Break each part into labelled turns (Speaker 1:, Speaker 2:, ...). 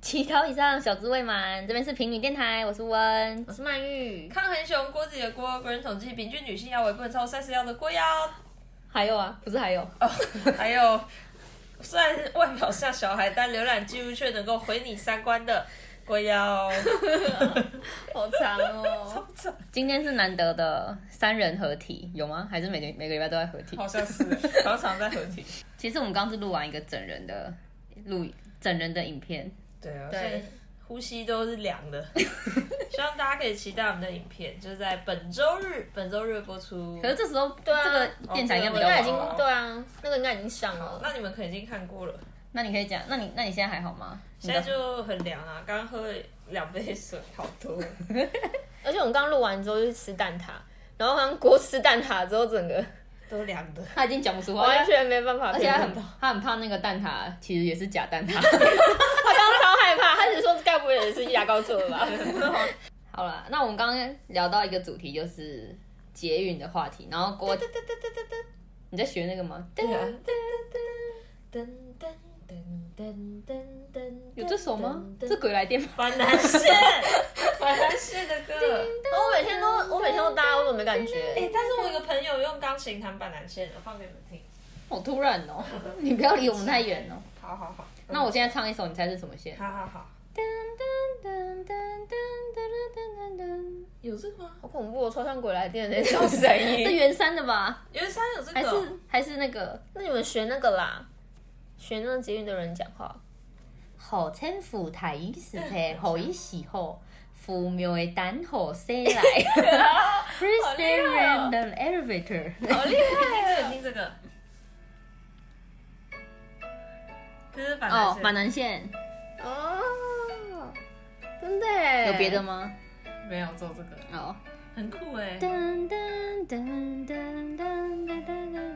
Speaker 1: 祈祷以上小猪未满，这边是平女电台，我是温。
Speaker 2: 我是曼玉，
Speaker 3: 抗衡熊郭子的郭，国人统计平均女性腰围不能超过三十腰的郭腰。
Speaker 1: 还有啊，不是还有，
Speaker 3: 哦， 还有，虽然外表像小孩，但浏览记录却能够毁你三观的郭腰。
Speaker 2: 好长哦。
Speaker 1: 今天是难得的三人合体，有吗？还是每个每个礼拜都在合体？
Speaker 3: 好像是，常常在合体。
Speaker 1: 其实我们刚是录完一个整人的录整人的影片，
Speaker 3: 对啊，
Speaker 2: 对
Speaker 3: 现在呼吸都是凉 的。希望大家可以期待我们的影片，就是在本周日，本周日播出。
Speaker 1: 可是这时候、对哦
Speaker 2: 啊
Speaker 1: 这个电台应该比
Speaker 2: 应
Speaker 1: 较
Speaker 2: 该已
Speaker 1: 忙
Speaker 2: 经
Speaker 1: 吧、
Speaker 2: 对啊，那个应该已经上
Speaker 3: 好
Speaker 2: 了。
Speaker 3: 那你们可能已经看过了，
Speaker 1: 那你可以讲，那你那你现在还好吗？
Speaker 3: 现在就很凉啊，刚喝了两杯水，好多。
Speaker 2: 而且我们刚录完之后就去吃蛋挞，然后好像国吃蛋挞之后，整个
Speaker 3: 都凉的，
Speaker 1: 他已经讲不出话，
Speaker 2: 完全没办法
Speaker 1: 哦而
Speaker 2: 而
Speaker 1: 且他
Speaker 2: 他
Speaker 1: 很
Speaker 2: 他
Speaker 1: 他很怕那个蛋挞，其实也是假蛋 挞。
Speaker 2: 刚刚超害怕，他只说该不会也是牙膏做的 吧？
Speaker 1: 好了，那我们刚刚聊到一个主题，就是捷运的话题。然后郭，你在学那个吗？
Speaker 2: 噔噔噔噔噔噔，
Speaker 1: 有这首吗？这鬼来电吗？
Speaker 3: 板南 线，板南线的歌。
Speaker 2: 哦我每天都我每天都搭，我怎么没感
Speaker 3: 哎、
Speaker 2: 觉？
Speaker 3: 但是我有个朋友用钢琴弹板南线，我放给你们听。
Speaker 1: 好突然 哦、你不要离我们太远哦、
Speaker 3: 好好好，
Speaker 1: 那我现在唱一首，你猜是什么线？
Speaker 3: 好好好，有这个吗？
Speaker 2: 好恐怖，哦我超像鬼来电的那种 声
Speaker 1: 是
Speaker 2: 音。
Speaker 1: 袁山的吧？
Speaker 3: 原山有这个
Speaker 1: 还
Speaker 3: 哦、
Speaker 1: 是还是那个
Speaker 2: 那你们学那个啦，学那个捷运的人讲话。
Speaker 1: 好天府太医时车，好一时候。哎浮苗的单河西 来哦，Freestyle
Speaker 2: 好
Speaker 1: Random Elevator，
Speaker 3: 哦
Speaker 2: 好厉害
Speaker 3: 听这个，这是板南
Speaker 1: 哦，
Speaker 3: 线。
Speaker 1: 板南线
Speaker 2: 哦，真的耶
Speaker 1: 有别的？吗？
Speaker 3: 没有做这个，
Speaker 1: 哦，
Speaker 3: 很酷哎、
Speaker 1: 噔噔噔噔噔噔噔噔，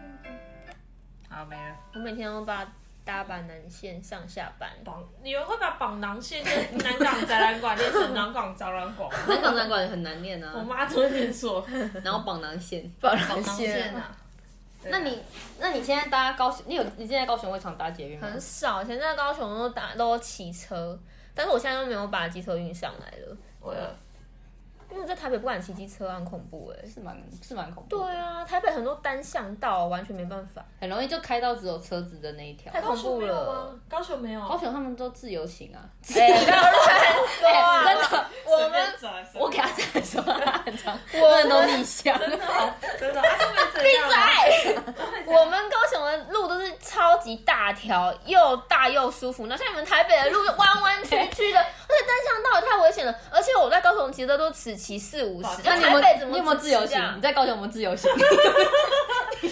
Speaker 3: 好没了。
Speaker 2: 我每天都把搭板南线上下班。
Speaker 3: 绑，你们会把绑囊线跟南港展览馆念成南港展览馆吗？
Speaker 1: 南港展馆很难念
Speaker 3: 我
Speaker 1: 啊，
Speaker 3: 妈都会念错。
Speaker 1: 然后绑南线，
Speaker 3: 绑
Speaker 2: 板南
Speaker 3: 囊线啊。对啊
Speaker 1: 那你那你现在搭高雄，你有你现在高雄会常搭捷运吗？
Speaker 2: 很少，以前在高雄都打都骑车，但是我现在都没有把机车运上来了，
Speaker 3: 啊我有
Speaker 2: 因为我在台北不敢骑机车啊，很恐怖哎、
Speaker 1: 是蛮是蛮恐怖的，
Speaker 2: 对啊，台北很多单向道，啊完全没办法。
Speaker 1: 很容易就开到只有车子的那一条。
Speaker 2: 太恐
Speaker 3: 啊
Speaker 2: 怖了
Speaker 3: 高雄没有
Speaker 1: 高
Speaker 3: 啊，
Speaker 1: 雄他们都自由行 啊，哎
Speaker 2: 哎、 不要
Speaker 1: 真
Speaker 2: 乱说啊！
Speaker 1: 的，
Speaker 3: 我
Speaker 2: 们
Speaker 1: 我 给他这样说，他很常
Speaker 2: 我
Speaker 1: 很多逆向，
Speaker 3: 真的，啊都没怎样啊。
Speaker 2: 我们高雄的路都是超级大条，又大又舒服。那像你们台北的路就弯弯曲曲的， 而且单向道也太危险了。而且我在高雄骑车都此骑四五十，
Speaker 1: 那你
Speaker 2: 台北怎
Speaker 1: 们
Speaker 2: 么啊
Speaker 1: 你有没有自由
Speaker 2: 骑这样
Speaker 1: 行？你在高雄有没有自由行？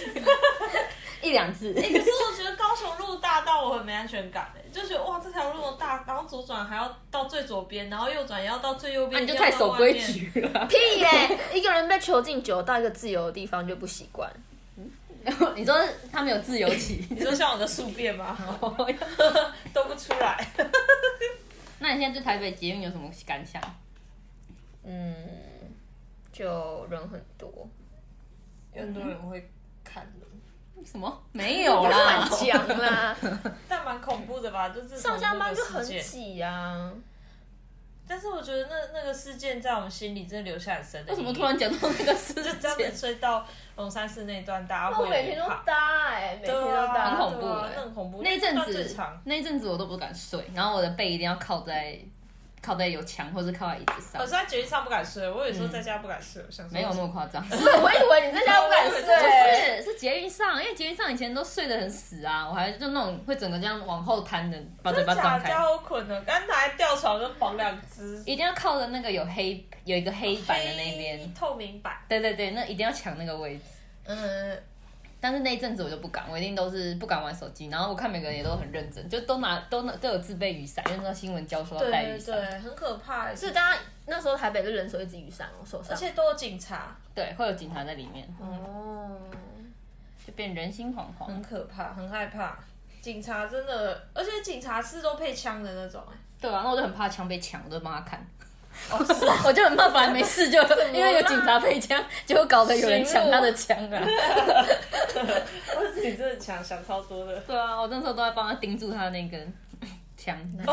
Speaker 1: 一两次，
Speaker 3: 欸可是我觉得高雄路大到我很没安全感、欸，就觉得哇这条路大，然后左转还要到最左边，然后右转也要到最右
Speaker 1: 那
Speaker 3: 边，
Speaker 1: 啊你就
Speaker 3: 一定
Speaker 1: 太
Speaker 3: 要到
Speaker 1: 守
Speaker 3: 外
Speaker 1: 规
Speaker 3: 面。
Speaker 1: 矩 了。
Speaker 2: 屁嘞、一个人被囚禁久，到一个自由的地方就不习惯。
Speaker 1: 你说他们有自由骑，
Speaker 3: 你说像我的宿便 吗？都不出来。
Speaker 1: 那你现在对台北捷运有什么感想？
Speaker 2: 嗯，就人很多，
Speaker 3: 有很多人会看的，
Speaker 1: 什么？没有 啦
Speaker 2: 乱，讲啦，
Speaker 3: 但蛮恐怖的吧？就是
Speaker 2: 上下班就很
Speaker 3: 紧。
Speaker 2: 挤啊。
Speaker 3: 但是我觉得那那个事件在我们心里真的留下很深的。
Speaker 1: 为什么突然？讲到那个事
Speaker 3: 就这样
Speaker 1: 情
Speaker 3: 子？睡到龙山寺那一段，大家
Speaker 2: 那我
Speaker 3: 会
Speaker 2: 哦每天都
Speaker 3: 很怕
Speaker 2: 搭哎、每天
Speaker 3: 对
Speaker 2: 都
Speaker 3: 啊，
Speaker 2: 搭，
Speaker 1: 很恐怖
Speaker 3: 对啊
Speaker 1: 欸
Speaker 3: 那很恐怖。
Speaker 1: 那一阵
Speaker 3: 段最
Speaker 1: 子
Speaker 3: 长，
Speaker 1: 那一阵子我都不敢睡，然后我的背一定要靠在靠在有墙或是靠在椅子上
Speaker 3: 我，是在捷运上不敢睡，我有时候在家不敢睡，我想说
Speaker 1: 没有那么夸 张。
Speaker 2: 是啊我以为你在家不敢睡，
Speaker 1: 不是，是捷运上，因为捷运上以前都睡得很死啊，我还就那种会整个这样往后瘫的，把嘴巴张
Speaker 3: 假
Speaker 1: 开，
Speaker 3: 家伙捆了，刚才吊床就绑两只，
Speaker 1: 一定要靠着那个有黑有一个黑板的那
Speaker 3: 哦黑
Speaker 1: 边，
Speaker 3: 透明板。
Speaker 1: 对对对，那一定要抢那个位置。
Speaker 2: 嗯，
Speaker 1: 但是那一阵子我就不敢，我一定都是不敢玩手机。然后我看每个人也都很认真，就都拿都拿都有自备雨伞，因为那时候新闻教说要
Speaker 3: 对
Speaker 1: 带雨
Speaker 3: 对
Speaker 1: 伞。
Speaker 3: 对，很可怕。
Speaker 2: 是大家那时候台北就人手一支雨伞哦，手
Speaker 3: 而
Speaker 2: 上，
Speaker 3: 且都有警察，
Speaker 1: 对会有警察在里面，
Speaker 2: 哦，
Speaker 1: 就变人心惶惶。
Speaker 3: 很可怕，很害怕。警察真的，而且警察是都配枪的那种、哎，
Speaker 1: 对啊，那我就很怕枪被抢，我都帮他看。哦 我就很怕，本来没事 就因为有警察配枪，结果搞得有人抢他的枪啊。
Speaker 3: 我自己真的想想超多的，
Speaker 1: 对啊，我那时候都在帮他盯住他那根枪。
Speaker 3: 想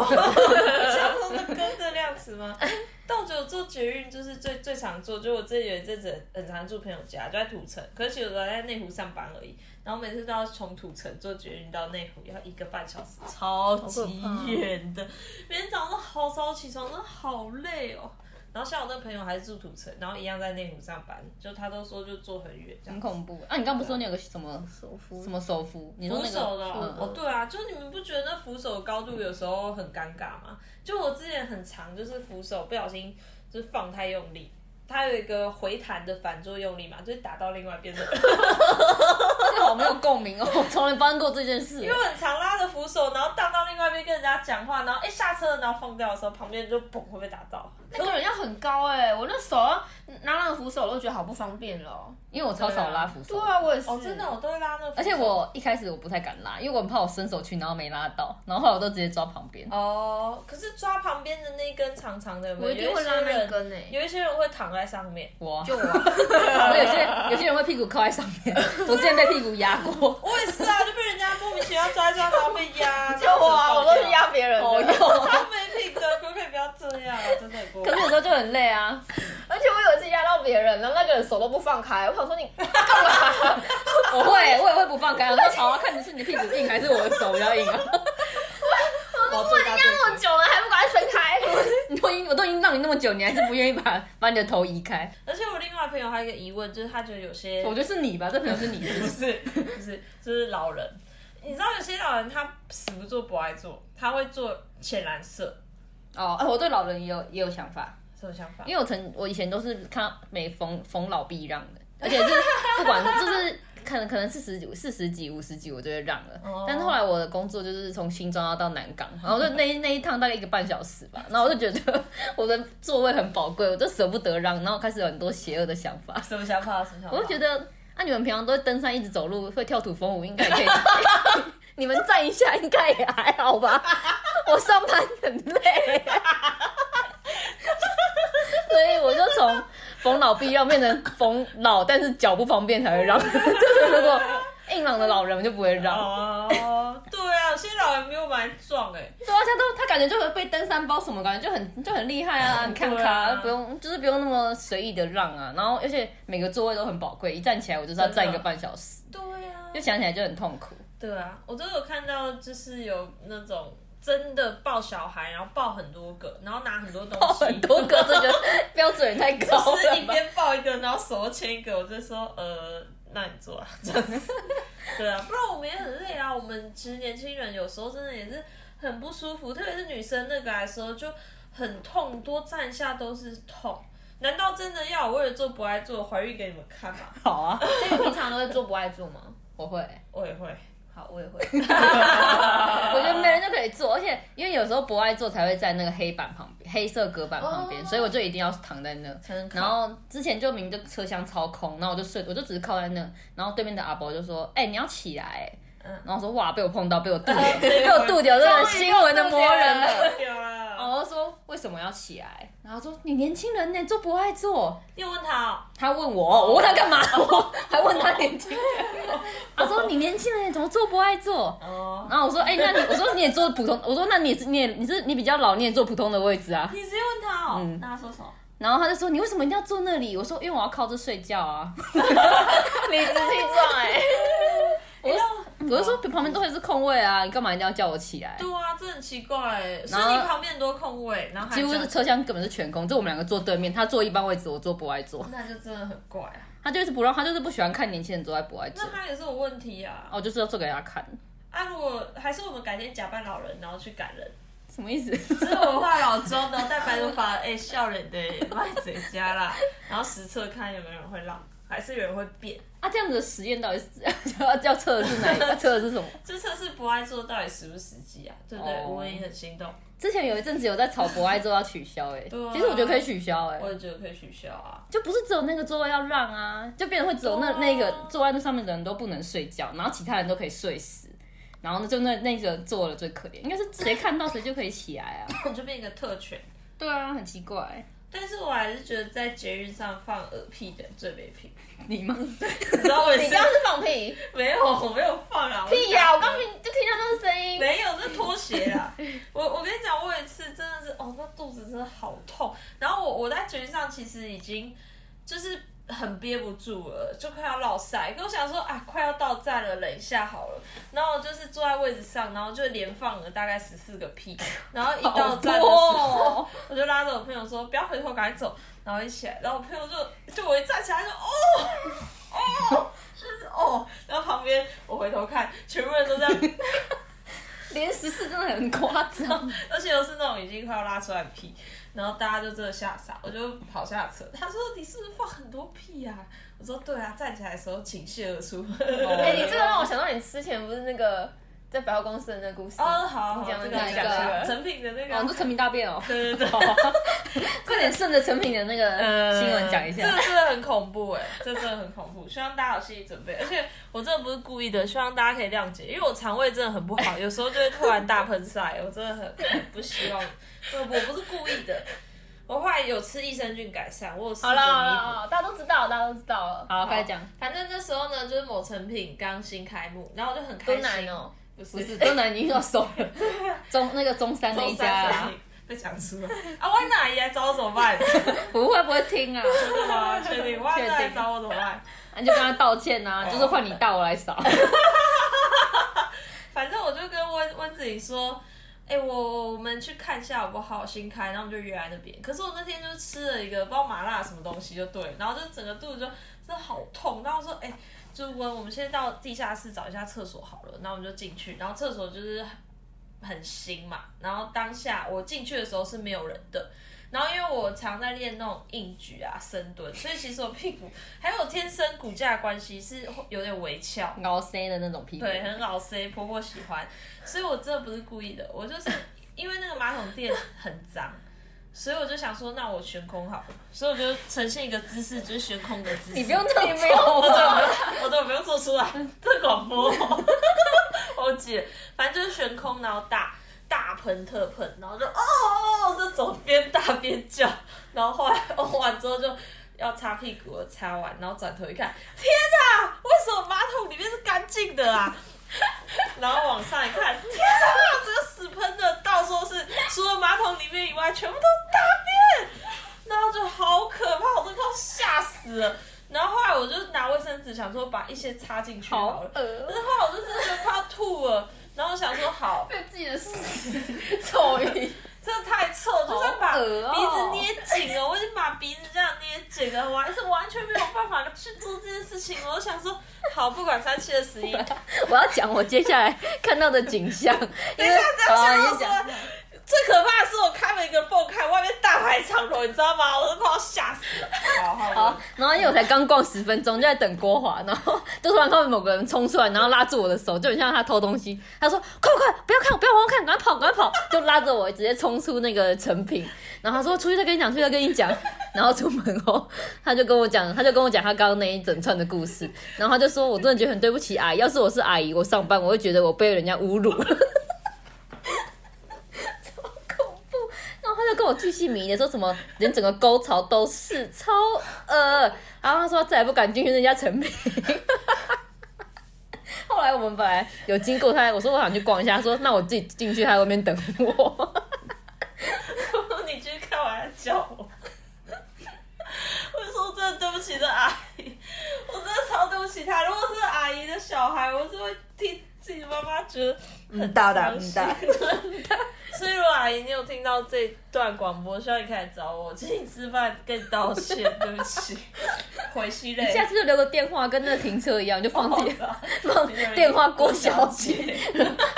Speaker 3: 子吗？ 但我觉得我做捷运就是最最常做，就我自己有一阵子很常住朋友家，就在土城，可是其实我在内湖上班而已，然后每次都要从土城坐捷运到内湖，要一个半小时，超级远的。每天早上都好早起床，真的好累哦。然后像我那朋友还是住土城，然后一样在内湖上班，就他都说就坐很远这样
Speaker 1: 很
Speaker 3: 子。
Speaker 1: 恐怖。啊，你刚不是说你有个什么
Speaker 2: 手扶
Speaker 1: 什么手扶？你说
Speaker 3: 扶
Speaker 1: 那个
Speaker 3: 手的
Speaker 1: 嗯
Speaker 3: 哦，哦对啊，就是你们不觉得那扶手的高度有时候很尴尬吗？就我之前很长，就是扶手不小心就是放太用力，它有一个回弹的反作用力嘛，就是打到另外一边的人。
Speaker 1: 这个好没有共 鸣哦，我从来发生过这件事
Speaker 3: 因。为很常拉着扶手，然后荡到另外一边跟人家讲话，然后一下车然后放掉的时候，旁边就砰会被打到。
Speaker 2: 那个人要很高哎、我那手要拿那个扶手，我都觉得好不方便了哦。
Speaker 1: 因为我超少拉扶手，
Speaker 2: 对啊，我也是。
Speaker 3: 哦，真的，我都会拉那扶手。
Speaker 1: 而且我一开始我不太敢拉，因为我很怕我伸手去，然后没拉到，然后后来我都直接抓旁边。
Speaker 3: 哦，可是抓旁边的那根长长的有没有，
Speaker 2: 我一定会拉那一根
Speaker 3: 呢、
Speaker 2: 欸
Speaker 3: 有一些人会躺在上面，
Speaker 1: 我啊
Speaker 2: 就我，
Speaker 1: 我有些有些人会屁股靠在上 面，我之前被屁股压过。
Speaker 3: 我也是啊，就被人家莫名其妙抓一抓，他会 压。
Speaker 2: 就我啊，
Speaker 3: 然后
Speaker 2: 我
Speaker 3: 就
Speaker 2: 都
Speaker 3: 放掉
Speaker 2: 是 压。别人的。
Speaker 1: 哦哟，
Speaker 3: 他没品格，可不可以不要这样？啊真的不。
Speaker 1: 可是有时候就很累啊。
Speaker 2: 而且我有一次压到别人，然后那个人手都不放开，我想说你
Speaker 1: 我会，我也会不放开。我说好 啊，看你是你的屁股硬还是我的手比较硬 啊？
Speaker 3: 我
Speaker 2: 我已经压那么久了，还不赶快伸开？
Speaker 1: 你都已经我都已经让你那么久，你还是不愿意把把你的头移开？
Speaker 3: 而且我另外朋友还有一个疑问，就是他觉得有些
Speaker 1: 我觉得是你吧，这可能是你。
Speaker 3: 不是，不是，就是老人。你知道有些老人他死不做不爱做，他会做浅蓝色，
Speaker 1: 哦，哎，我对老人也有也有想法，
Speaker 3: 什么想法？
Speaker 1: 因为我曾我以前都是看到每逢逢老必让 的，而且是不管就是可能可能四十几四十几五十几我就会让了，
Speaker 3: 哦
Speaker 1: 但是后来我的工作就是从新庄要到南港，然后就那一那一趟大概一个半小时吧，然后我就觉得 我的座位很宝贵，我就舍不得让，然后开始有很多邪恶的想法，
Speaker 3: 什么想法？什么想法？
Speaker 1: 我就觉得啊你们平常都会登山一直走路会跳土风舞，应该也可 以，你们站一下应该也还好吧，我上班很累。所以我就从逢老必让变成逢老，但是脚不方便才会让。 就是如果硬朗的老人，我就不会让。
Speaker 3: 哦，对啊，有些老人比我们还壮哎、
Speaker 1: 对啊，像都他感觉就会被登山包什么，感觉就很就很厉害啊！你看
Speaker 3: 对
Speaker 1: 他、
Speaker 3: 啊
Speaker 1: 不用，就是不用那么随意的让啊。然后而且每个座位都很宝贵，一站起来我就是要站一个半小时，
Speaker 3: 对啊
Speaker 1: 就，想起来就很痛苦。
Speaker 3: 对啊，我都有看到，就是有那种真的抱小孩，然后抱很多个，然后拿很多东
Speaker 1: 抱
Speaker 3: 西，
Speaker 1: 很多个，这个标准也太高
Speaker 3: 就
Speaker 1: 了
Speaker 3: 是一
Speaker 1: 吧。
Speaker 3: 边抱一个，然后手牵一个，我就说呃，那你做啊，这样子。对啊，不然我们也很累啊。我们其实年轻人有时候真的也是很不舒服，特别是女生那个来说就很痛，多站一下都是痛。难道真的要我为了做不爱做怀孕给你们看吗？
Speaker 1: 好啊，
Speaker 2: 所以你平常都会做不爱做吗？
Speaker 1: 我会。
Speaker 3: 我也会。
Speaker 2: 好， 我也会。
Speaker 1: 我觉得 没人就可以做，而且因为有时候不爱做才会在那个黑板旁边、黑色隔板旁边，
Speaker 2: 哦
Speaker 1: 所以我就一定要躺在那。
Speaker 3: 能靠
Speaker 1: 然后之前就明明就车厢超空，然后我就睡，我就只是靠在那。然后对面的阿伯就说：“哎、你要起来、
Speaker 3: 嗯
Speaker 1: 然后我说：“哇，被我碰到，被我 度
Speaker 3: 对
Speaker 1: 掉，被我度掉，真的
Speaker 2: 终于
Speaker 1: 新
Speaker 2: 被
Speaker 1: 闻的
Speaker 2: 我度
Speaker 1: 魔
Speaker 2: 掉
Speaker 1: 人
Speaker 2: 了
Speaker 1: 了。”
Speaker 3: 有啊，
Speaker 1: 然后我就说：“为什么要起来？”然后他说：“你年轻人呢，做不爱做。”
Speaker 3: 你有问他、哦，
Speaker 1: 他问我，我问他干 嘛？我还问他年 轻人。他说：“你年轻人怎么做不爱做？”
Speaker 3: 哦，
Speaker 1: 然后我说：“哎、那你我说你也坐普通，我说那你也是你也你是你比较老，你也坐普通的位置啊。
Speaker 3: 你直接问他哦，
Speaker 1: 嗯
Speaker 3: 那他说什么？”
Speaker 1: 然后他就说：“你为什么一定要坐那里？”我说：“因为我要靠着睡觉啊。
Speaker 2: 理直气壮哎，
Speaker 1: 我就”我就说：“旁边都会是空位啊，你干嘛一定要叫我起来
Speaker 3: 对啊，这很奇怪欸，所
Speaker 1: 然
Speaker 3: 以
Speaker 1: 后
Speaker 3: 你旁边很多空位，然后？”还
Speaker 1: 几乎
Speaker 3: 这
Speaker 1: 是
Speaker 3: 样
Speaker 1: 车厢根本是全空，就我们两个坐对面，他坐一般位置，我坐不爱坐。
Speaker 3: 那就真的很怪啊。
Speaker 1: 他就是不让，他就是不喜欢看年轻人坐在不爱坐
Speaker 3: 那。他也是有问题啊！
Speaker 1: 哦，就是要做给他看，
Speaker 3: 啊，如果还是我们改天假扮老人，然后去赶人，
Speaker 1: 什么意思？
Speaker 3: 这是我化老妆，然后戴白头发，哎、笑脸的卖嘴家啦，然后实测看有没有人会让，还是有人会变。
Speaker 1: 啊，这样子的实验到底是 要要测的是哪一个？测的是什么？
Speaker 3: 这测试不爱做到底实不实际啊？对不对？
Speaker 1: 哦
Speaker 3: 我也很心动，
Speaker 1: 之前有一阵子有在炒博爱座要取消、欸，哎、
Speaker 3: 对啊
Speaker 1: 其实我觉得可以取消、欸，
Speaker 3: 我也觉得可以取消啊。
Speaker 1: 就不是只有那个座位要让啊，就变成会只有那、
Speaker 3: 对啊
Speaker 1: 那个坐在那上面的人都不能睡觉，然后其他人都可以睡死，然后呢就那那个坐了最可怜，应该是谁看到谁就可以起来啊。
Speaker 3: 我就变一个特权，
Speaker 1: 对啊，很奇怪、
Speaker 3: 但是我还是觉得在捷运上放耳屁的人最没品。
Speaker 1: 你吗？
Speaker 3: 你知道我也
Speaker 2: 你
Speaker 3: 是
Speaker 2: 刚刚是放屁？
Speaker 3: 没有，我没有放啊，
Speaker 2: 屁呀！我刚刚就听到那个声音。
Speaker 3: 啊没有，这拖鞋啦。我我跟你讲，我有一次真的是哦，哦，那肚子真的好痛。然后我我在捷运上其实已经就是很憋不住了，就快要落塞。可我想说啊，快要到站了，忍一下好了。然后我就是坐在位置上，然后就连放了大概十四个屁。然后一到站的时候，
Speaker 1: 哦，
Speaker 3: 我就拉着我朋友说不要回头，赶紧走。然后一起来，然后我朋友就就我一站起来就哦哦就是哦，然后旁边我回头看，全部人都在，
Speaker 1: 连十四真的很夸 张，
Speaker 3: 而且又是那种已经快要拉出来的屁，然后大家就真的吓傻，我就跑下车。他说你是不是放很多屁呀、啊？我说对啊，站起来的时候倾泻而出。
Speaker 2: 哎、你这个让我想到你之前不是那个在百货公司的那个故事
Speaker 3: 哦，好好，
Speaker 2: 你讲的
Speaker 3: 这个
Speaker 2: 哪
Speaker 1: 一
Speaker 3: 讲
Speaker 1: 个啊
Speaker 3: 这个成品的那
Speaker 1: 哦，你
Speaker 3: 个，
Speaker 1: 说成品大便哦，
Speaker 3: 对对对。呃
Speaker 1: 快点顺着成品的那个新闻讲一
Speaker 3: 这
Speaker 1: 下
Speaker 3: 个。真的很恐怖哎、这真的很恐怖，希望大家有心理准备。而且我真的不是故意的，希望大家可以谅解，因为我肠胃真的很不好，有时候就会突然大喷塞，我真的很很不希望，我我不是故意的。我后来有吃益生菌改善，我有试着
Speaker 2: 好了好了
Speaker 3: 弥
Speaker 2: 好
Speaker 3: 补。
Speaker 2: 了，大家都知道，大家都知道了。
Speaker 1: 好，快讲。
Speaker 3: 反正那时候呢，就是某成品刚新开幕，然后我就很开
Speaker 2: 多
Speaker 3: 心。
Speaker 2: 难哦，
Speaker 3: 不是
Speaker 1: 不是，东南已经要收 了，中那个中山那
Speaker 3: 中
Speaker 1: 一
Speaker 3: 山
Speaker 1: 家啊
Speaker 3: 成，品被讲出来啊！万阿姨来找我怎么 办？
Speaker 1: 不会不会听啊，
Speaker 3: 真的吗？确定？万阿姨来找我怎么办？
Speaker 1: 那你就跟他道歉
Speaker 3: 哦
Speaker 1: 啊，就是换你大我来扫。
Speaker 3: 反正我就跟温温子颖说，哎、我我们去看一下好不好？新开，然后我们就约在那边。可是我那天就吃了一个不知道麻辣什么东西，就对了，然后就整个肚子就真的好痛。然后说，哎、就温，我们先到地下室找一下厕所好了。然后我们就进去，然后厕所就是很新嘛。然后当下我进去的时候是没有人的。然后因为我常在练那种硬举啊、深蹲，所以其实我屁股还有天生骨架的关系是有点微翘，
Speaker 1: 熬 C 的那种屁股，
Speaker 3: 对，很老 C，婆婆喜欢，所以我真的不是故意的，我就是 因为那个马桶垫很脏，所以我就想说，那我悬空好了，所以我就呈现一个姿势，就是悬空的姿势。
Speaker 1: 你不用特别
Speaker 2: 没有
Speaker 1: 啊
Speaker 3: 我都没有， 我都没有做出来，这广播， 我姐，反正就是悬空，然后大大喷特喷，然后就哦哦，这种边大边叫，然后后来 哦完之后就。要擦屁股，我擦完，然后转头一看，天哪！为什么马桶里面是干净的啊？ 然后往上一看，天哪！这个屎喷的，到时候是除了马桶里面以外，全部都是大便，然后就好可怕，我都快要吓死了。然后后来我就拿卫生纸想说把一些擦进去好
Speaker 1: 好呃
Speaker 3: 了，
Speaker 1: 恶，
Speaker 3: 可是后来我就真的觉得快要吐了，然后我想说好，
Speaker 2: 被自己的 屎臭晕。
Speaker 3: 真的太臭，就算把
Speaker 1: 好
Speaker 3: 鼻
Speaker 1: 恶哦
Speaker 3: 子捏紧了，我已经把鼻子这样捏紧了，我还是完全没有办法去做这件事情。我就想说，好，不管三七 二十一，等一下
Speaker 1: 我要讲我接下来看到的景 象，因为
Speaker 3: 这
Speaker 1: 好啊，
Speaker 3: 样
Speaker 1: 你
Speaker 3: 想
Speaker 1: 先
Speaker 3: 到
Speaker 1: 讲
Speaker 3: 说。，最可怕的是我开了一个缝看外面大排长龙，你知道吗？我都快要吓死了。好好
Speaker 1: 好，哦然后因为我才刚逛十分钟，就在等郭华，然后就突然看到某个人冲出来，然后拉住我的手，就很像他偷东西。他说：“快快，不要看，不要往后看，赶快跑，赶快跑！”就拉着我直接冲出那个成品，然后他说：“出去再跟你讲，出去再跟你讲。”然后出门后，他就跟我讲，他就跟我讲他刚刚那一整串的故事，然后他就说：“我真的觉得很对不起阿啊姨，要是我是阿姨，我上班我会觉得我被人家侮辱 了。”然后他就跟我巨细靡遗的说什么，连整个沟槽都是超呃，然后他说再也不敢进去那家成品。后来我们本来 有经过他，我说我想去逛一下，他说那我自己进去，他在外面等我。
Speaker 3: 好，你继续看，我还叫我。我就说真的对不起这阿姨，我真的超对不起她。如果是阿姨的小孩，我是会替自己妈妈觉得很
Speaker 1: 大的
Speaker 3: 伤心
Speaker 1: 嗯大
Speaker 3: 所以如果阿姨你有听到这段广播，希望你可以来找我，请你吃饭跟你道歉，对 不起，回吸泪。
Speaker 1: 下次就留个电话，跟那个停车一样，就放自
Speaker 3: 哦
Speaker 1: 己放
Speaker 3: 没有人
Speaker 1: 电话郭小姐，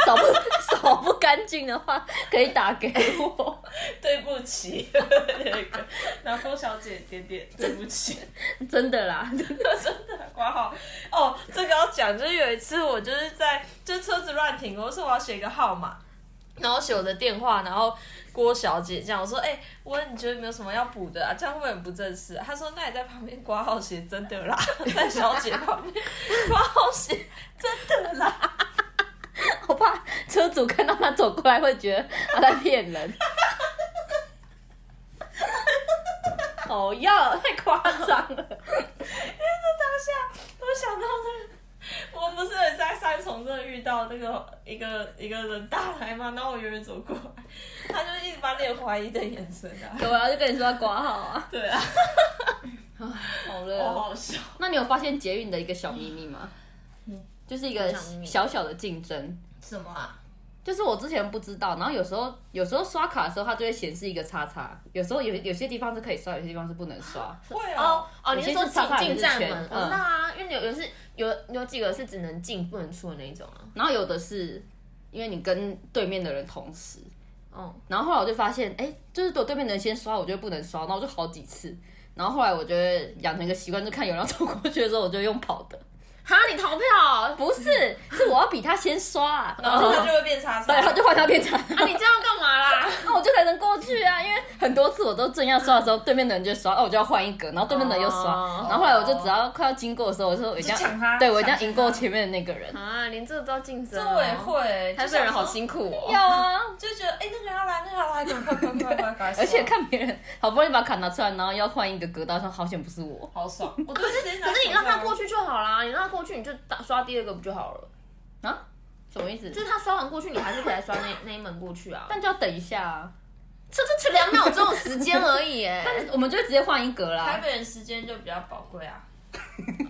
Speaker 1: 扫不 扫不干净的话可以打给我。
Speaker 3: 对不起， 那个，然后郭小姐点点，对不起。
Speaker 1: 真的啦，
Speaker 3: 挂号哦，这个要讲，就是有一次我就是在就车子乱停，我说我要写一个号码，然后写我的电话，然后郭小姐这样我说，哎、我你觉得有没有什么要补的啊？这样会不会很不正式、啊？她说，那你在旁边挂号写真的啦， 在小姐旁边挂号写真的啦。
Speaker 1: 我怕车主看到他走过来会觉得他在骗人。哦哟，太夸张了！
Speaker 3: 当下我想到那个，我不是也在三重这遇到那个一个一个人打来吗？然后我远远走过来，他就一直满脸怀疑的眼神啊。
Speaker 1: 对啊，就跟你说要挂号 啊。
Speaker 3: 对啊，
Speaker 1: 好哦
Speaker 3: 好
Speaker 1: 了，
Speaker 3: 好笑。
Speaker 1: 那你有发现捷运的一个小秘密吗？就是一个
Speaker 3: 嗯小秘密
Speaker 1: 小小的竞争。
Speaker 3: 什么啊？
Speaker 1: 就是我之前不知道，然后有时候有时候刷卡的时候，它就会显示一个叉叉。有时候有有些地方是可以刷，有些地方是不能刷。
Speaker 3: 会
Speaker 2: 哦
Speaker 3: 哦，
Speaker 2: 哦，你
Speaker 1: 有些
Speaker 2: 是
Speaker 1: 是
Speaker 2: 说
Speaker 1: 插
Speaker 2: 进
Speaker 1: 插有
Speaker 2: 进
Speaker 1: 些
Speaker 2: 站
Speaker 1: 圈
Speaker 2: 门？我
Speaker 1: 嗯
Speaker 2: 知道啊，因为有有是有有几个是只能进不能出的那一种啊。
Speaker 1: 然后有的是因为你跟对面的人同时，
Speaker 2: 哦，
Speaker 1: 然后后来我就发现，哎、就是如果对面的人先刷，我就不能刷，然后我就好几次。然后后来我就会养成一个习惯，就看有人要走过去的时候，我就用跑的。
Speaker 2: 哈，你逃票哦？
Speaker 1: 不是，是我要比他先刷、啊，然
Speaker 3: 然
Speaker 1: 后
Speaker 3: 后
Speaker 1: 他
Speaker 3: 他
Speaker 1: 就
Speaker 3: 就会变叉
Speaker 1: 对，他
Speaker 3: 叉。
Speaker 1: 就换他变成，
Speaker 2: 啊，你这样干嘛啦？
Speaker 1: 那我就才能过去啊。因为很多次我都正要刷的时候，对面的人就刷，哦，我就要换一个，然后对面的人又刷，
Speaker 2: 哦
Speaker 1: 然后后来我就只要快要经过的时候，我就说我一定
Speaker 3: 就抢
Speaker 1: 要，
Speaker 3: 他
Speaker 1: 对我一定要
Speaker 3: 抢先
Speaker 1: 赢过
Speaker 3: 他
Speaker 1: 前面的那个人。
Speaker 2: 啊，连这个都要竞争
Speaker 3: 这
Speaker 2: 哦？
Speaker 3: 我也会，
Speaker 2: 台
Speaker 3: 就
Speaker 2: 北
Speaker 3: 想
Speaker 2: 人好
Speaker 3: 说
Speaker 2: 辛苦哦。
Speaker 1: 要啊，
Speaker 3: 就觉得哎、那个人要来，那个人要来，赶快快快快快！
Speaker 1: 而且看别人好不容易把卡拿出来，然后要换一个格刀，说好险不是我。
Speaker 3: 好 爽。我可是
Speaker 2: 可是你让
Speaker 3: 啊
Speaker 2: 他过，去就好啦，你让他过去你就打刷第二个不就好了？
Speaker 1: 啊？什么意思？
Speaker 2: 就是他刷完过去，你还是可以来刷那那一门过去啊。
Speaker 1: 但就要等一下啊，
Speaker 2: 这这两秒钟的时间而已哎。
Speaker 1: 但我们就会直接换一格
Speaker 3: 台
Speaker 1: 啦。
Speaker 3: 北人时间就比较宝贵啊。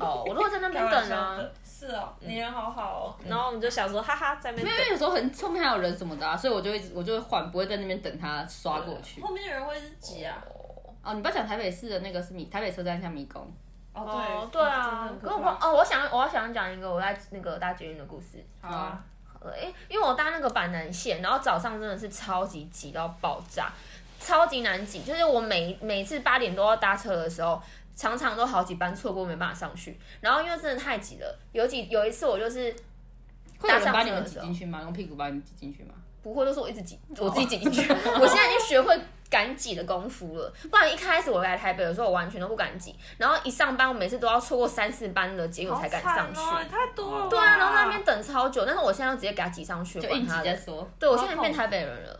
Speaker 2: 哦，我都会在那
Speaker 3: 开
Speaker 2: 边
Speaker 3: 玩
Speaker 2: 等
Speaker 3: 笑
Speaker 2: 啊。
Speaker 3: 的，是哦，你人好好哦。然后我们就想说，哈哈，在那
Speaker 1: 因
Speaker 3: 边
Speaker 1: 为有时候很后面还有人什么的啊，所以我就会我就会换，不会在那边等他刷过去
Speaker 3: 等。后面的人会是挤啊。
Speaker 1: 哦，你不要讲台北市的那个是迷，台北车站像迷宫。
Speaker 2: 哦，对啊，
Speaker 3: 真的
Speaker 2: 可我
Speaker 3: 很可怕。
Speaker 2: 哦，我想我想讲一个我在那个大捷运的故事。
Speaker 3: 好啊，
Speaker 2: 呃，诶因为我搭那个板南线，然后早上真的是超级挤到爆炸，超级难挤。就是我每每次八点多要搭车的时候，常常都好几班错过，没办法上去。然后因为真的太挤了，有几有一次我就是
Speaker 1: 会有
Speaker 2: 搭
Speaker 1: 人
Speaker 2: 上
Speaker 1: 把
Speaker 2: 车
Speaker 1: 你们
Speaker 2: 的时
Speaker 1: 挤
Speaker 2: 候
Speaker 1: 进去吗？用屁股把你们挤进去吗？
Speaker 2: 不会，就是我一直挤，我 自己挤进去。我现在已经学会敢挤的功夫了，不然一开始我来台北的时候，我完全都不敢挤。然后一上班，我每次都要错过三四班的捷运我才敢上去。
Speaker 3: 好惨哦也太多了吧。
Speaker 2: 对啊，然后在那边等超久，但是我现在要直接给他挤上去，
Speaker 1: 就
Speaker 2: 管
Speaker 1: 硬挤哦
Speaker 2: 他的
Speaker 1: 再。说。
Speaker 2: 对，我现在变台北人了。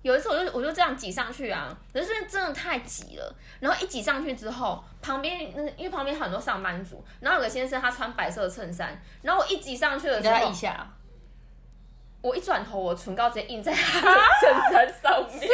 Speaker 2: 有一次我就我就这样挤上去啊，可是真的太挤了。然后一挤上去之后，旁边那因为旁边很多上班族，然后有个先生他穿白色衬衫，然后我一挤上去的
Speaker 1: 你
Speaker 2: 时
Speaker 1: 给他
Speaker 2: 候
Speaker 1: 一，下啊。
Speaker 2: 我一转头，我唇膏直接印在他的衬衫上面。天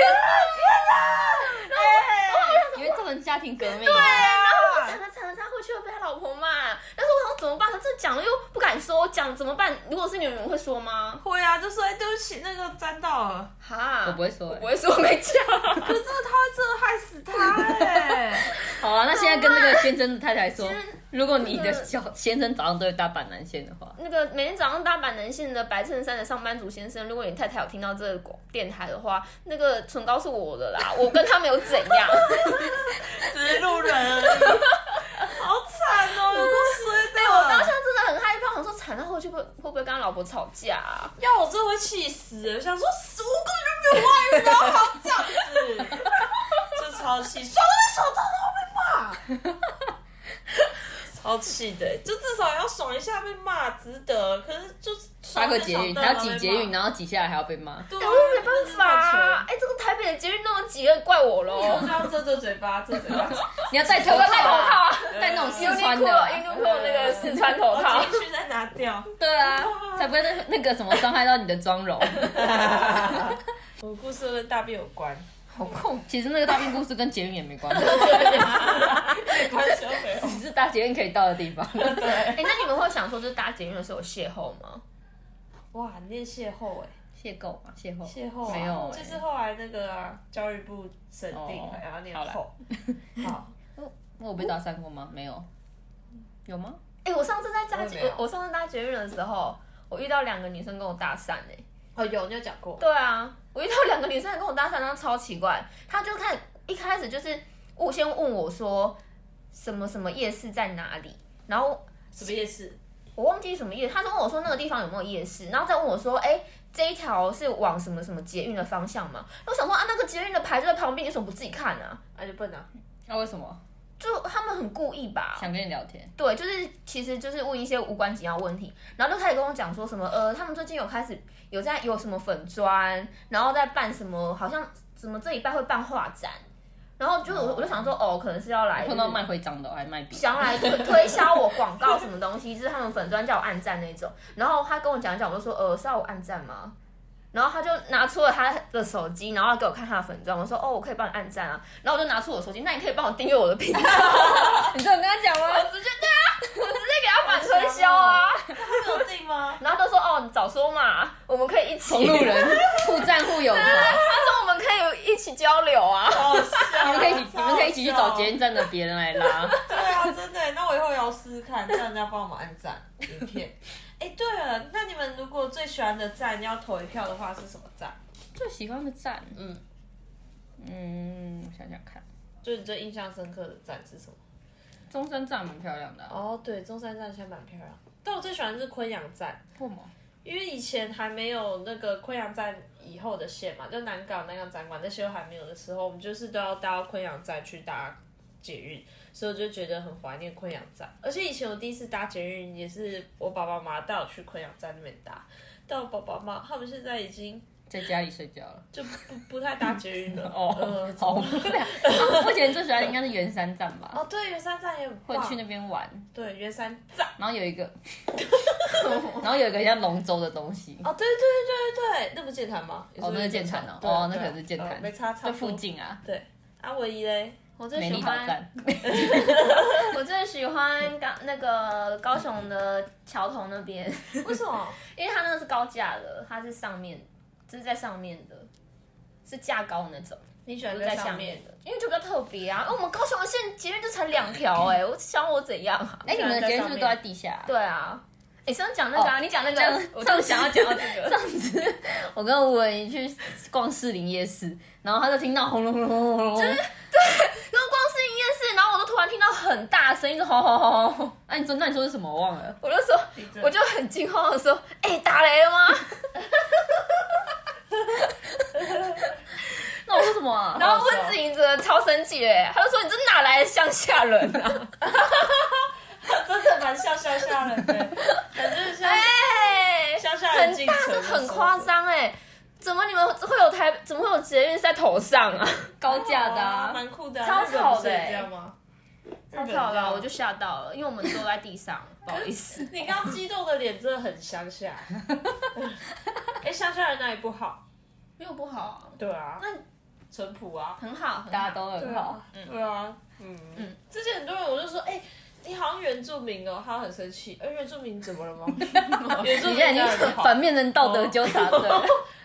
Speaker 1: 因为造成家庭革命。
Speaker 2: 对
Speaker 3: 啊
Speaker 2: 然后我就惨了惨了，他回去又被他老婆骂。但是我想说怎么办？他这讲了又不敢说，讲怎么办？如果是你们，你们会说吗？
Speaker 3: 会啊，就说哎，对不起，那个沾到 了。
Speaker 2: 哈，
Speaker 1: 我不会说欸
Speaker 2: 我不会说，没讲。
Speaker 3: 可是真的他会真的害死他哎。
Speaker 1: 好啊，那现在跟那个先生的太太说，如果你的
Speaker 2: 真的
Speaker 1: 小先生早上都会搭板南线的话，
Speaker 2: 那个每天早上搭板南线的白衬衫的上班族先生，如果你太太有听到这个电台的话，那个唇膏是我的啦， 我跟他没有怎样。
Speaker 3: 只是路人而已。好惨哦，有够衰的。
Speaker 2: 我当下真的很害怕，我说惨了，回去会会不会跟他老婆吵架、啊？
Speaker 3: 要我真的会气死了，想说死，我根本就没有外遇，然后还这样子，就超气，双人手套都要被骂，超气的，就至少要爽一下被骂，值得。可是就是
Speaker 1: 搭个捷运，还要挤捷运，
Speaker 3: 呢，
Speaker 1: 然后挤下来还要被骂。
Speaker 3: 对
Speaker 2: 哎
Speaker 3: 啊，
Speaker 2: 我又没办法、啊，哎、这个台北的捷运那么挤，怪我喽。
Speaker 3: 我要遮遮嘴巴，遮嘴巴，
Speaker 1: 你要戴头
Speaker 2: 我要戴头套
Speaker 1: 套
Speaker 2: 啊
Speaker 1: 啊，戴那种四川
Speaker 2: Uniqlo
Speaker 1: 的啊。
Speaker 2: Uniqlo 那个四川头套
Speaker 3: 我。进去再拿掉。
Speaker 1: 对啊，才不会那那个什么伤害到你的妆容。
Speaker 3: 我的故事都跟大便有关，
Speaker 1: 好酷！其实那个大病故事跟捷运也没关系，
Speaker 3: 没关系都没有。
Speaker 1: 只是搭捷运可以到的地方。
Speaker 2: 哎、那你们会想说，就是搭捷运的时候有邂逅吗？
Speaker 3: 哇，你也邂逅哎、
Speaker 1: 邂逅嘛，邂逅，
Speaker 3: 邂逅、啊、
Speaker 1: 没有欸
Speaker 3: 就是后来那个啊、教育部审定，
Speaker 1: 哦
Speaker 3: 然后念
Speaker 1: 好啦
Speaker 3: 后，好，
Speaker 1: 那我被搭讪过吗？没有，有吗？
Speaker 2: 哎、我上次在搭
Speaker 3: 我也
Speaker 2: 捷
Speaker 3: 没有，
Speaker 2: 我上次搭捷运的时候，我遇到两个女生跟我搭讪哎、
Speaker 3: 哦有你有讲过，
Speaker 2: 对啊，我遇到两个女生跟我搭讪，然后超奇怪，她就看一开始就是我先问我说什么什么夜市在哪里，然后
Speaker 3: 什么夜市？
Speaker 2: 我忘记什么夜，她就问我说那个地方有没有夜市，然后再问我说，哎、这一条是往什么什么捷运的方向吗？我想说啊，那个捷运的牌就在旁边，你为什么不自己看啊？
Speaker 3: 啊就笨啊，
Speaker 1: 那为什么
Speaker 2: 就他们很故意吧？
Speaker 1: 想跟你聊天？
Speaker 2: 对，就是其实就是问一些无关紧要问题，然后就开始跟我讲说什么呃，他们最近有开始有在有什么粉砖，然后在办什么，好像什么这礼拜会办画展，然后就我我就想说，哦，可能是要来
Speaker 1: 碰到卖徽章的，哦我还卖笔。
Speaker 2: 想要来推推销我广告什么东西，就是他们粉专叫我按赞那种。然后他跟我讲一讲，我就说呃是要我按赞吗？然后他就拿出了他的手机，然后给我看他的粉专，我说哦我可以帮你按赞啊。然后我就拿出我手机，那你可以帮我订阅我的频道，
Speaker 1: 你这有跟他讲吗？
Speaker 2: 直接对啊，我直接给他反推销啊。
Speaker 3: 他 有定吗？
Speaker 2: 然后就说哦你早说嘛，我们可以一起，
Speaker 1: 同路人互赞互友嘛，
Speaker 2: 他说我们可以一起交流啊。
Speaker 3: 好笑，
Speaker 1: 你们可以一起，
Speaker 3: 超
Speaker 1: 你
Speaker 3: 好
Speaker 1: 们可以一起去
Speaker 3: 笑
Speaker 1: 找捷运站的别人来拉。
Speaker 3: 对啊，真的耶，那我以后也要试试看，叫人家帮我们按赞影片。哎、对了，那你们如果最喜欢的赞要投一票的话是什么赞？
Speaker 1: 最喜欢的赞，
Speaker 3: 嗯，
Speaker 1: 嗯，我想想看，
Speaker 3: 就你最印象深刻的赞是什么？
Speaker 1: 中山站蛮漂亮的、啊，
Speaker 3: 哦，对，中山站现在蛮漂亮，但我最喜欢的是昆阳站，
Speaker 1: 不吗？
Speaker 3: 因为以前还没有那个昆阳站以后的线嘛，就南港、南港展馆那些都还没有的时候，我们就是都要搭昆阳站去搭捷运，所以我就觉得很怀念昆阳站。而且以前我第一次搭捷运也是我爸爸妈妈带我去昆阳站那边搭，但我爸爸妈妈他们现在已经
Speaker 1: 在家里睡觉了。
Speaker 3: 就不不太搭捷运了。
Speaker 1: 哦
Speaker 3: 呃，
Speaker 1: 好无聊。我目前最喜欢的应该是圆山站吧，
Speaker 3: 哦，对，圆山站也很
Speaker 1: 会
Speaker 3: 棒。
Speaker 1: 去那边玩，
Speaker 3: 对，圆山站。
Speaker 1: 然后有 一个，然后有一个像龙舟的东西，
Speaker 3: 哦，对对对对对，那不是剑潭吗？
Speaker 1: 哦，那是剑潭哦，
Speaker 3: 对
Speaker 1: 哦，那
Speaker 3: 对
Speaker 1: 可能是剑
Speaker 3: 呃
Speaker 1: 潭，
Speaker 3: 没差差
Speaker 1: 这
Speaker 3: 不多
Speaker 1: 附。近啊，
Speaker 3: 对，啊，唯一嘞，
Speaker 2: 我最
Speaker 1: 美丽
Speaker 2: 喜
Speaker 1: 岛
Speaker 2: 欢
Speaker 1: 站，哎
Speaker 2: 我最喜欢高那个高雄的桥头那边，
Speaker 3: 为什么？
Speaker 2: 因为它那个是高架的，它是上面，就是在上面的，是架高那种，
Speaker 3: 你喜欢
Speaker 2: 不是在下
Speaker 3: 上
Speaker 2: 面
Speaker 3: 面？
Speaker 2: 的，因为就比较特别啊。因为我们高雄的线捷运就才两条哎，我想我怎样啊？
Speaker 1: 哎，你们的捷运是不是都在地下啊？
Speaker 2: 对啊，你上次讲那个啊，你讲那
Speaker 1: 这样
Speaker 2: 个，我就想要讲到这 个，
Speaker 1: 我跟吴文怡去逛士林夜市，然后他就听到轰隆隆轰隆隆，
Speaker 2: 然后光是一件事，然后我就突然听到很大声，一直吼吼吼吼吼，
Speaker 1: 哎那你说那你说是什么？我忘了。
Speaker 2: 我就说，我就很惊慌的说，哎、打雷了吗？
Speaker 1: 那我说什么啊？
Speaker 2: 然后温子莹真的超生气嘞，她就说：“你这哪来的乡下人啊
Speaker 3: 真的蛮像乡下人的，感觉像？”
Speaker 2: 哎、
Speaker 3: 乡下人
Speaker 2: 很
Speaker 3: 进
Speaker 2: 大
Speaker 3: 城的
Speaker 2: 声，
Speaker 3: 时候
Speaker 2: 很夸。张哎！怎么你们会有台？怎么会有捷运是在头上 啊？
Speaker 1: 高架的
Speaker 3: 哇
Speaker 1: 啊，
Speaker 3: 蛮酷的啊，
Speaker 2: 超
Speaker 3: 日本
Speaker 2: 吵
Speaker 3: 不是
Speaker 2: 的
Speaker 3: 也
Speaker 2: 欸
Speaker 3: 这样吗？
Speaker 2: 太漂啊亮，我就吓到了，因为我们坐在地上，不好意 思。
Speaker 3: 你刚刚激动的脸真的很乡下。哎，乡下人哪里不好？
Speaker 2: 没有不好啊，
Speaker 3: 对啊，
Speaker 2: 那
Speaker 3: 淳朴啊，
Speaker 2: 很好，很
Speaker 1: 大家
Speaker 2: 好。
Speaker 1: 都很
Speaker 3: 对
Speaker 1: 好
Speaker 3: 啊。，对啊，嗯嗯。之前很多人我就说，哎、你好像原住民哦，他很生气。哎、原住民怎么了吗？原住
Speaker 1: 你现
Speaker 3: 民
Speaker 1: 在已
Speaker 3: 哪里不
Speaker 1: 经
Speaker 3: 好？
Speaker 1: 反面人道德纠察队 了。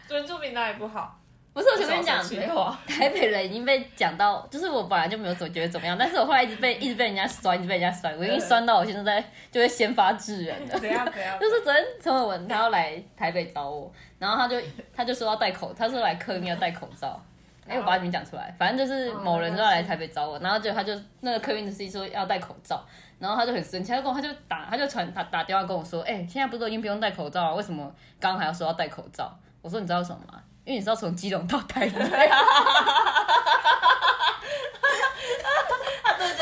Speaker 3: 原住民哪里不好？
Speaker 1: 哦不是我前面
Speaker 3: 我
Speaker 1: 讲
Speaker 3: 早，上去
Speaker 1: 没有啊，台北人已经被讲到，就是我本来就没有总觉得怎么样，但是我后来一直被一直被人家酸，一直被人家酸，我已经酸到我现在就会先发制人了。
Speaker 3: 怎样怎样？
Speaker 1: 就是昨天陈伟文他要来台北找我，然后他就他就说要戴口，他说来客运要戴口罩。哎、我把你们讲出来，反正就是某人就要来台北找我，然后就他就那个客运的司机说要戴口罩，然后他就很生气，他就跟我他就打他就传打打电话跟我说，哎、现在不是都已经不用戴口罩了，为什么刚刚还要说要戴口罩？我说你知道为什么吗？因为你知道从基隆到台北，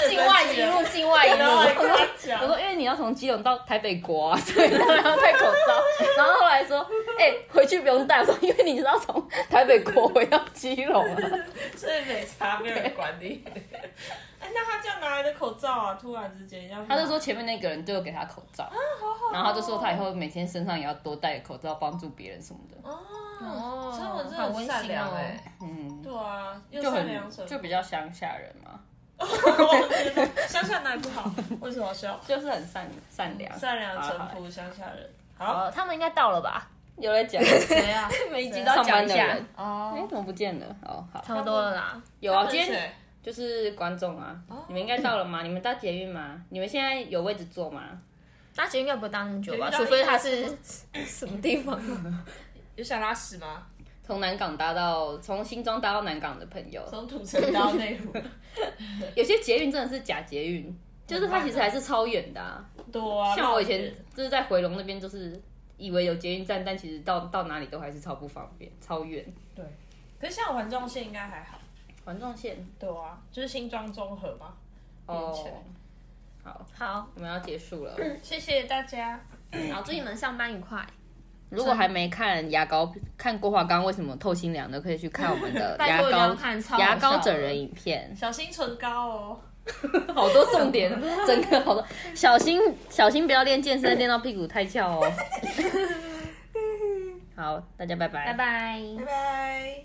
Speaker 2: 境外一路，境
Speaker 1: 啊
Speaker 2: 外一
Speaker 3: 然后还
Speaker 2: 路，
Speaker 3: 跟他讲
Speaker 1: 我，说因为你要从基隆到台北国、啊，所以当然要戴口罩。然后后来说，哎、回去不用戴。我说因为你知道从台北国回到基隆啊。
Speaker 3: 所以没差，没有人管你。哎、那他这样拿来的口罩啊，突然之间要
Speaker 1: 他就说前面那个人就给他口罩，然后他就说他以后每天身上也要多戴口罩，帮助别人什么的。
Speaker 3: 哦
Speaker 2: 哦，
Speaker 3: 所以我真的
Speaker 2: 好
Speaker 3: 很
Speaker 2: 温
Speaker 3: 善
Speaker 2: 馨
Speaker 3: 良
Speaker 2: 哦
Speaker 3: 哎、
Speaker 1: 嗯，
Speaker 3: 对啊，又
Speaker 1: 就
Speaker 3: 善良
Speaker 1: 很
Speaker 3: 淳
Speaker 1: 就
Speaker 3: 朴。
Speaker 1: 比较乡下人嘛，
Speaker 3: 我觉得哦乡下哪里不好？为什么要笑？
Speaker 1: 就是很善善良，
Speaker 3: 善良
Speaker 1: 好
Speaker 3: 淳
Speaker 1: 好
Speaker 3: 朴乡下人。好，
Speaker 2: 哦，他们应该到了吧？
Speaker 1: 有来 讲
Speaker 3: 谁啊？
Speaker 2: 每一集都要
Speaker 1: 上
Speaker 2: 讲
Speaker 1: 班
Speaker 2: 一
Speaker 1: 的
Speaker 2: 下
Speaker 1: 人，，哎、
Speaker 3: 哦，
Speaker 1: 怎么不见了？哦，好，
Speaker 2: 差不多了啦。
Speaker 1: 有啊，今
Speaker 3: 今
Speaker 1: 天
Speaker 3: 天
Speaker 1: 就是观众啊，
Speaker 2: 哦
Speaker 1: 你们应该到了吗？你 们到捷运吗？你们现在有位置坐吗？
Speaker 2: 大姐应该不会当那么久
Speaker 3: 有
Speaker 2: 吧？
Speaker 3: 遇到
Speaker 2: 除非他是 什么地方？
Speaker 3: 有想拉屎吗？
Speaker 1: 从南港搭到从新庄搭到南港的朋友，
Speaker 3: 从土城到内湖，
Speaker 1: 有些捷运真的是假捷运，就是它其实还是超远的、啊。
Speaker 3: 多啊。
Speaker 1: 像我以
Speaker 3: 那
Speaker 1: 前
Speaker 3: 觉得
Speaker 1: 就是在回龙那边，就是以为有捷运站，但其实到到哪里都还是超不方便，超远。
Speaker 3: 对，可是像环状线应该还好。
Speaker 1: 环状线
Speaker 3: 对啊，就是新庄综合嘛。
Speaker 1: 哦
Speaker 3: 起来，
Speaker 1: 好，
Speaker 2: 好，
Speaker 1: 我们要结束了。
Speaker 3: 谢谢大家。
Speaker 2: 好，祝你们上班愉快。
Speaker 1: 如果还没看牙膏，看郭华刚为什么透心凉的，可以去看我们的
Speaker 2: 拜
Speaker 1: 牙
Speaker 2: 托一定要
Speaker 1: 膏
Speaker 2: 看超好
Speaker 1: 牙膏
Speaker 2: 笑
Speaker 1: 整
Speaker 2: 的
Speaker 1: 人影片，
Speaker 3: 小心唇膏哦。
Speaker 1: 好多重点，整个好多，小心小心不要练健身练到屁股太翘哦。好，大家拜拜，
Speaker 2: 拜拜。
Speaker 3: 拜拜。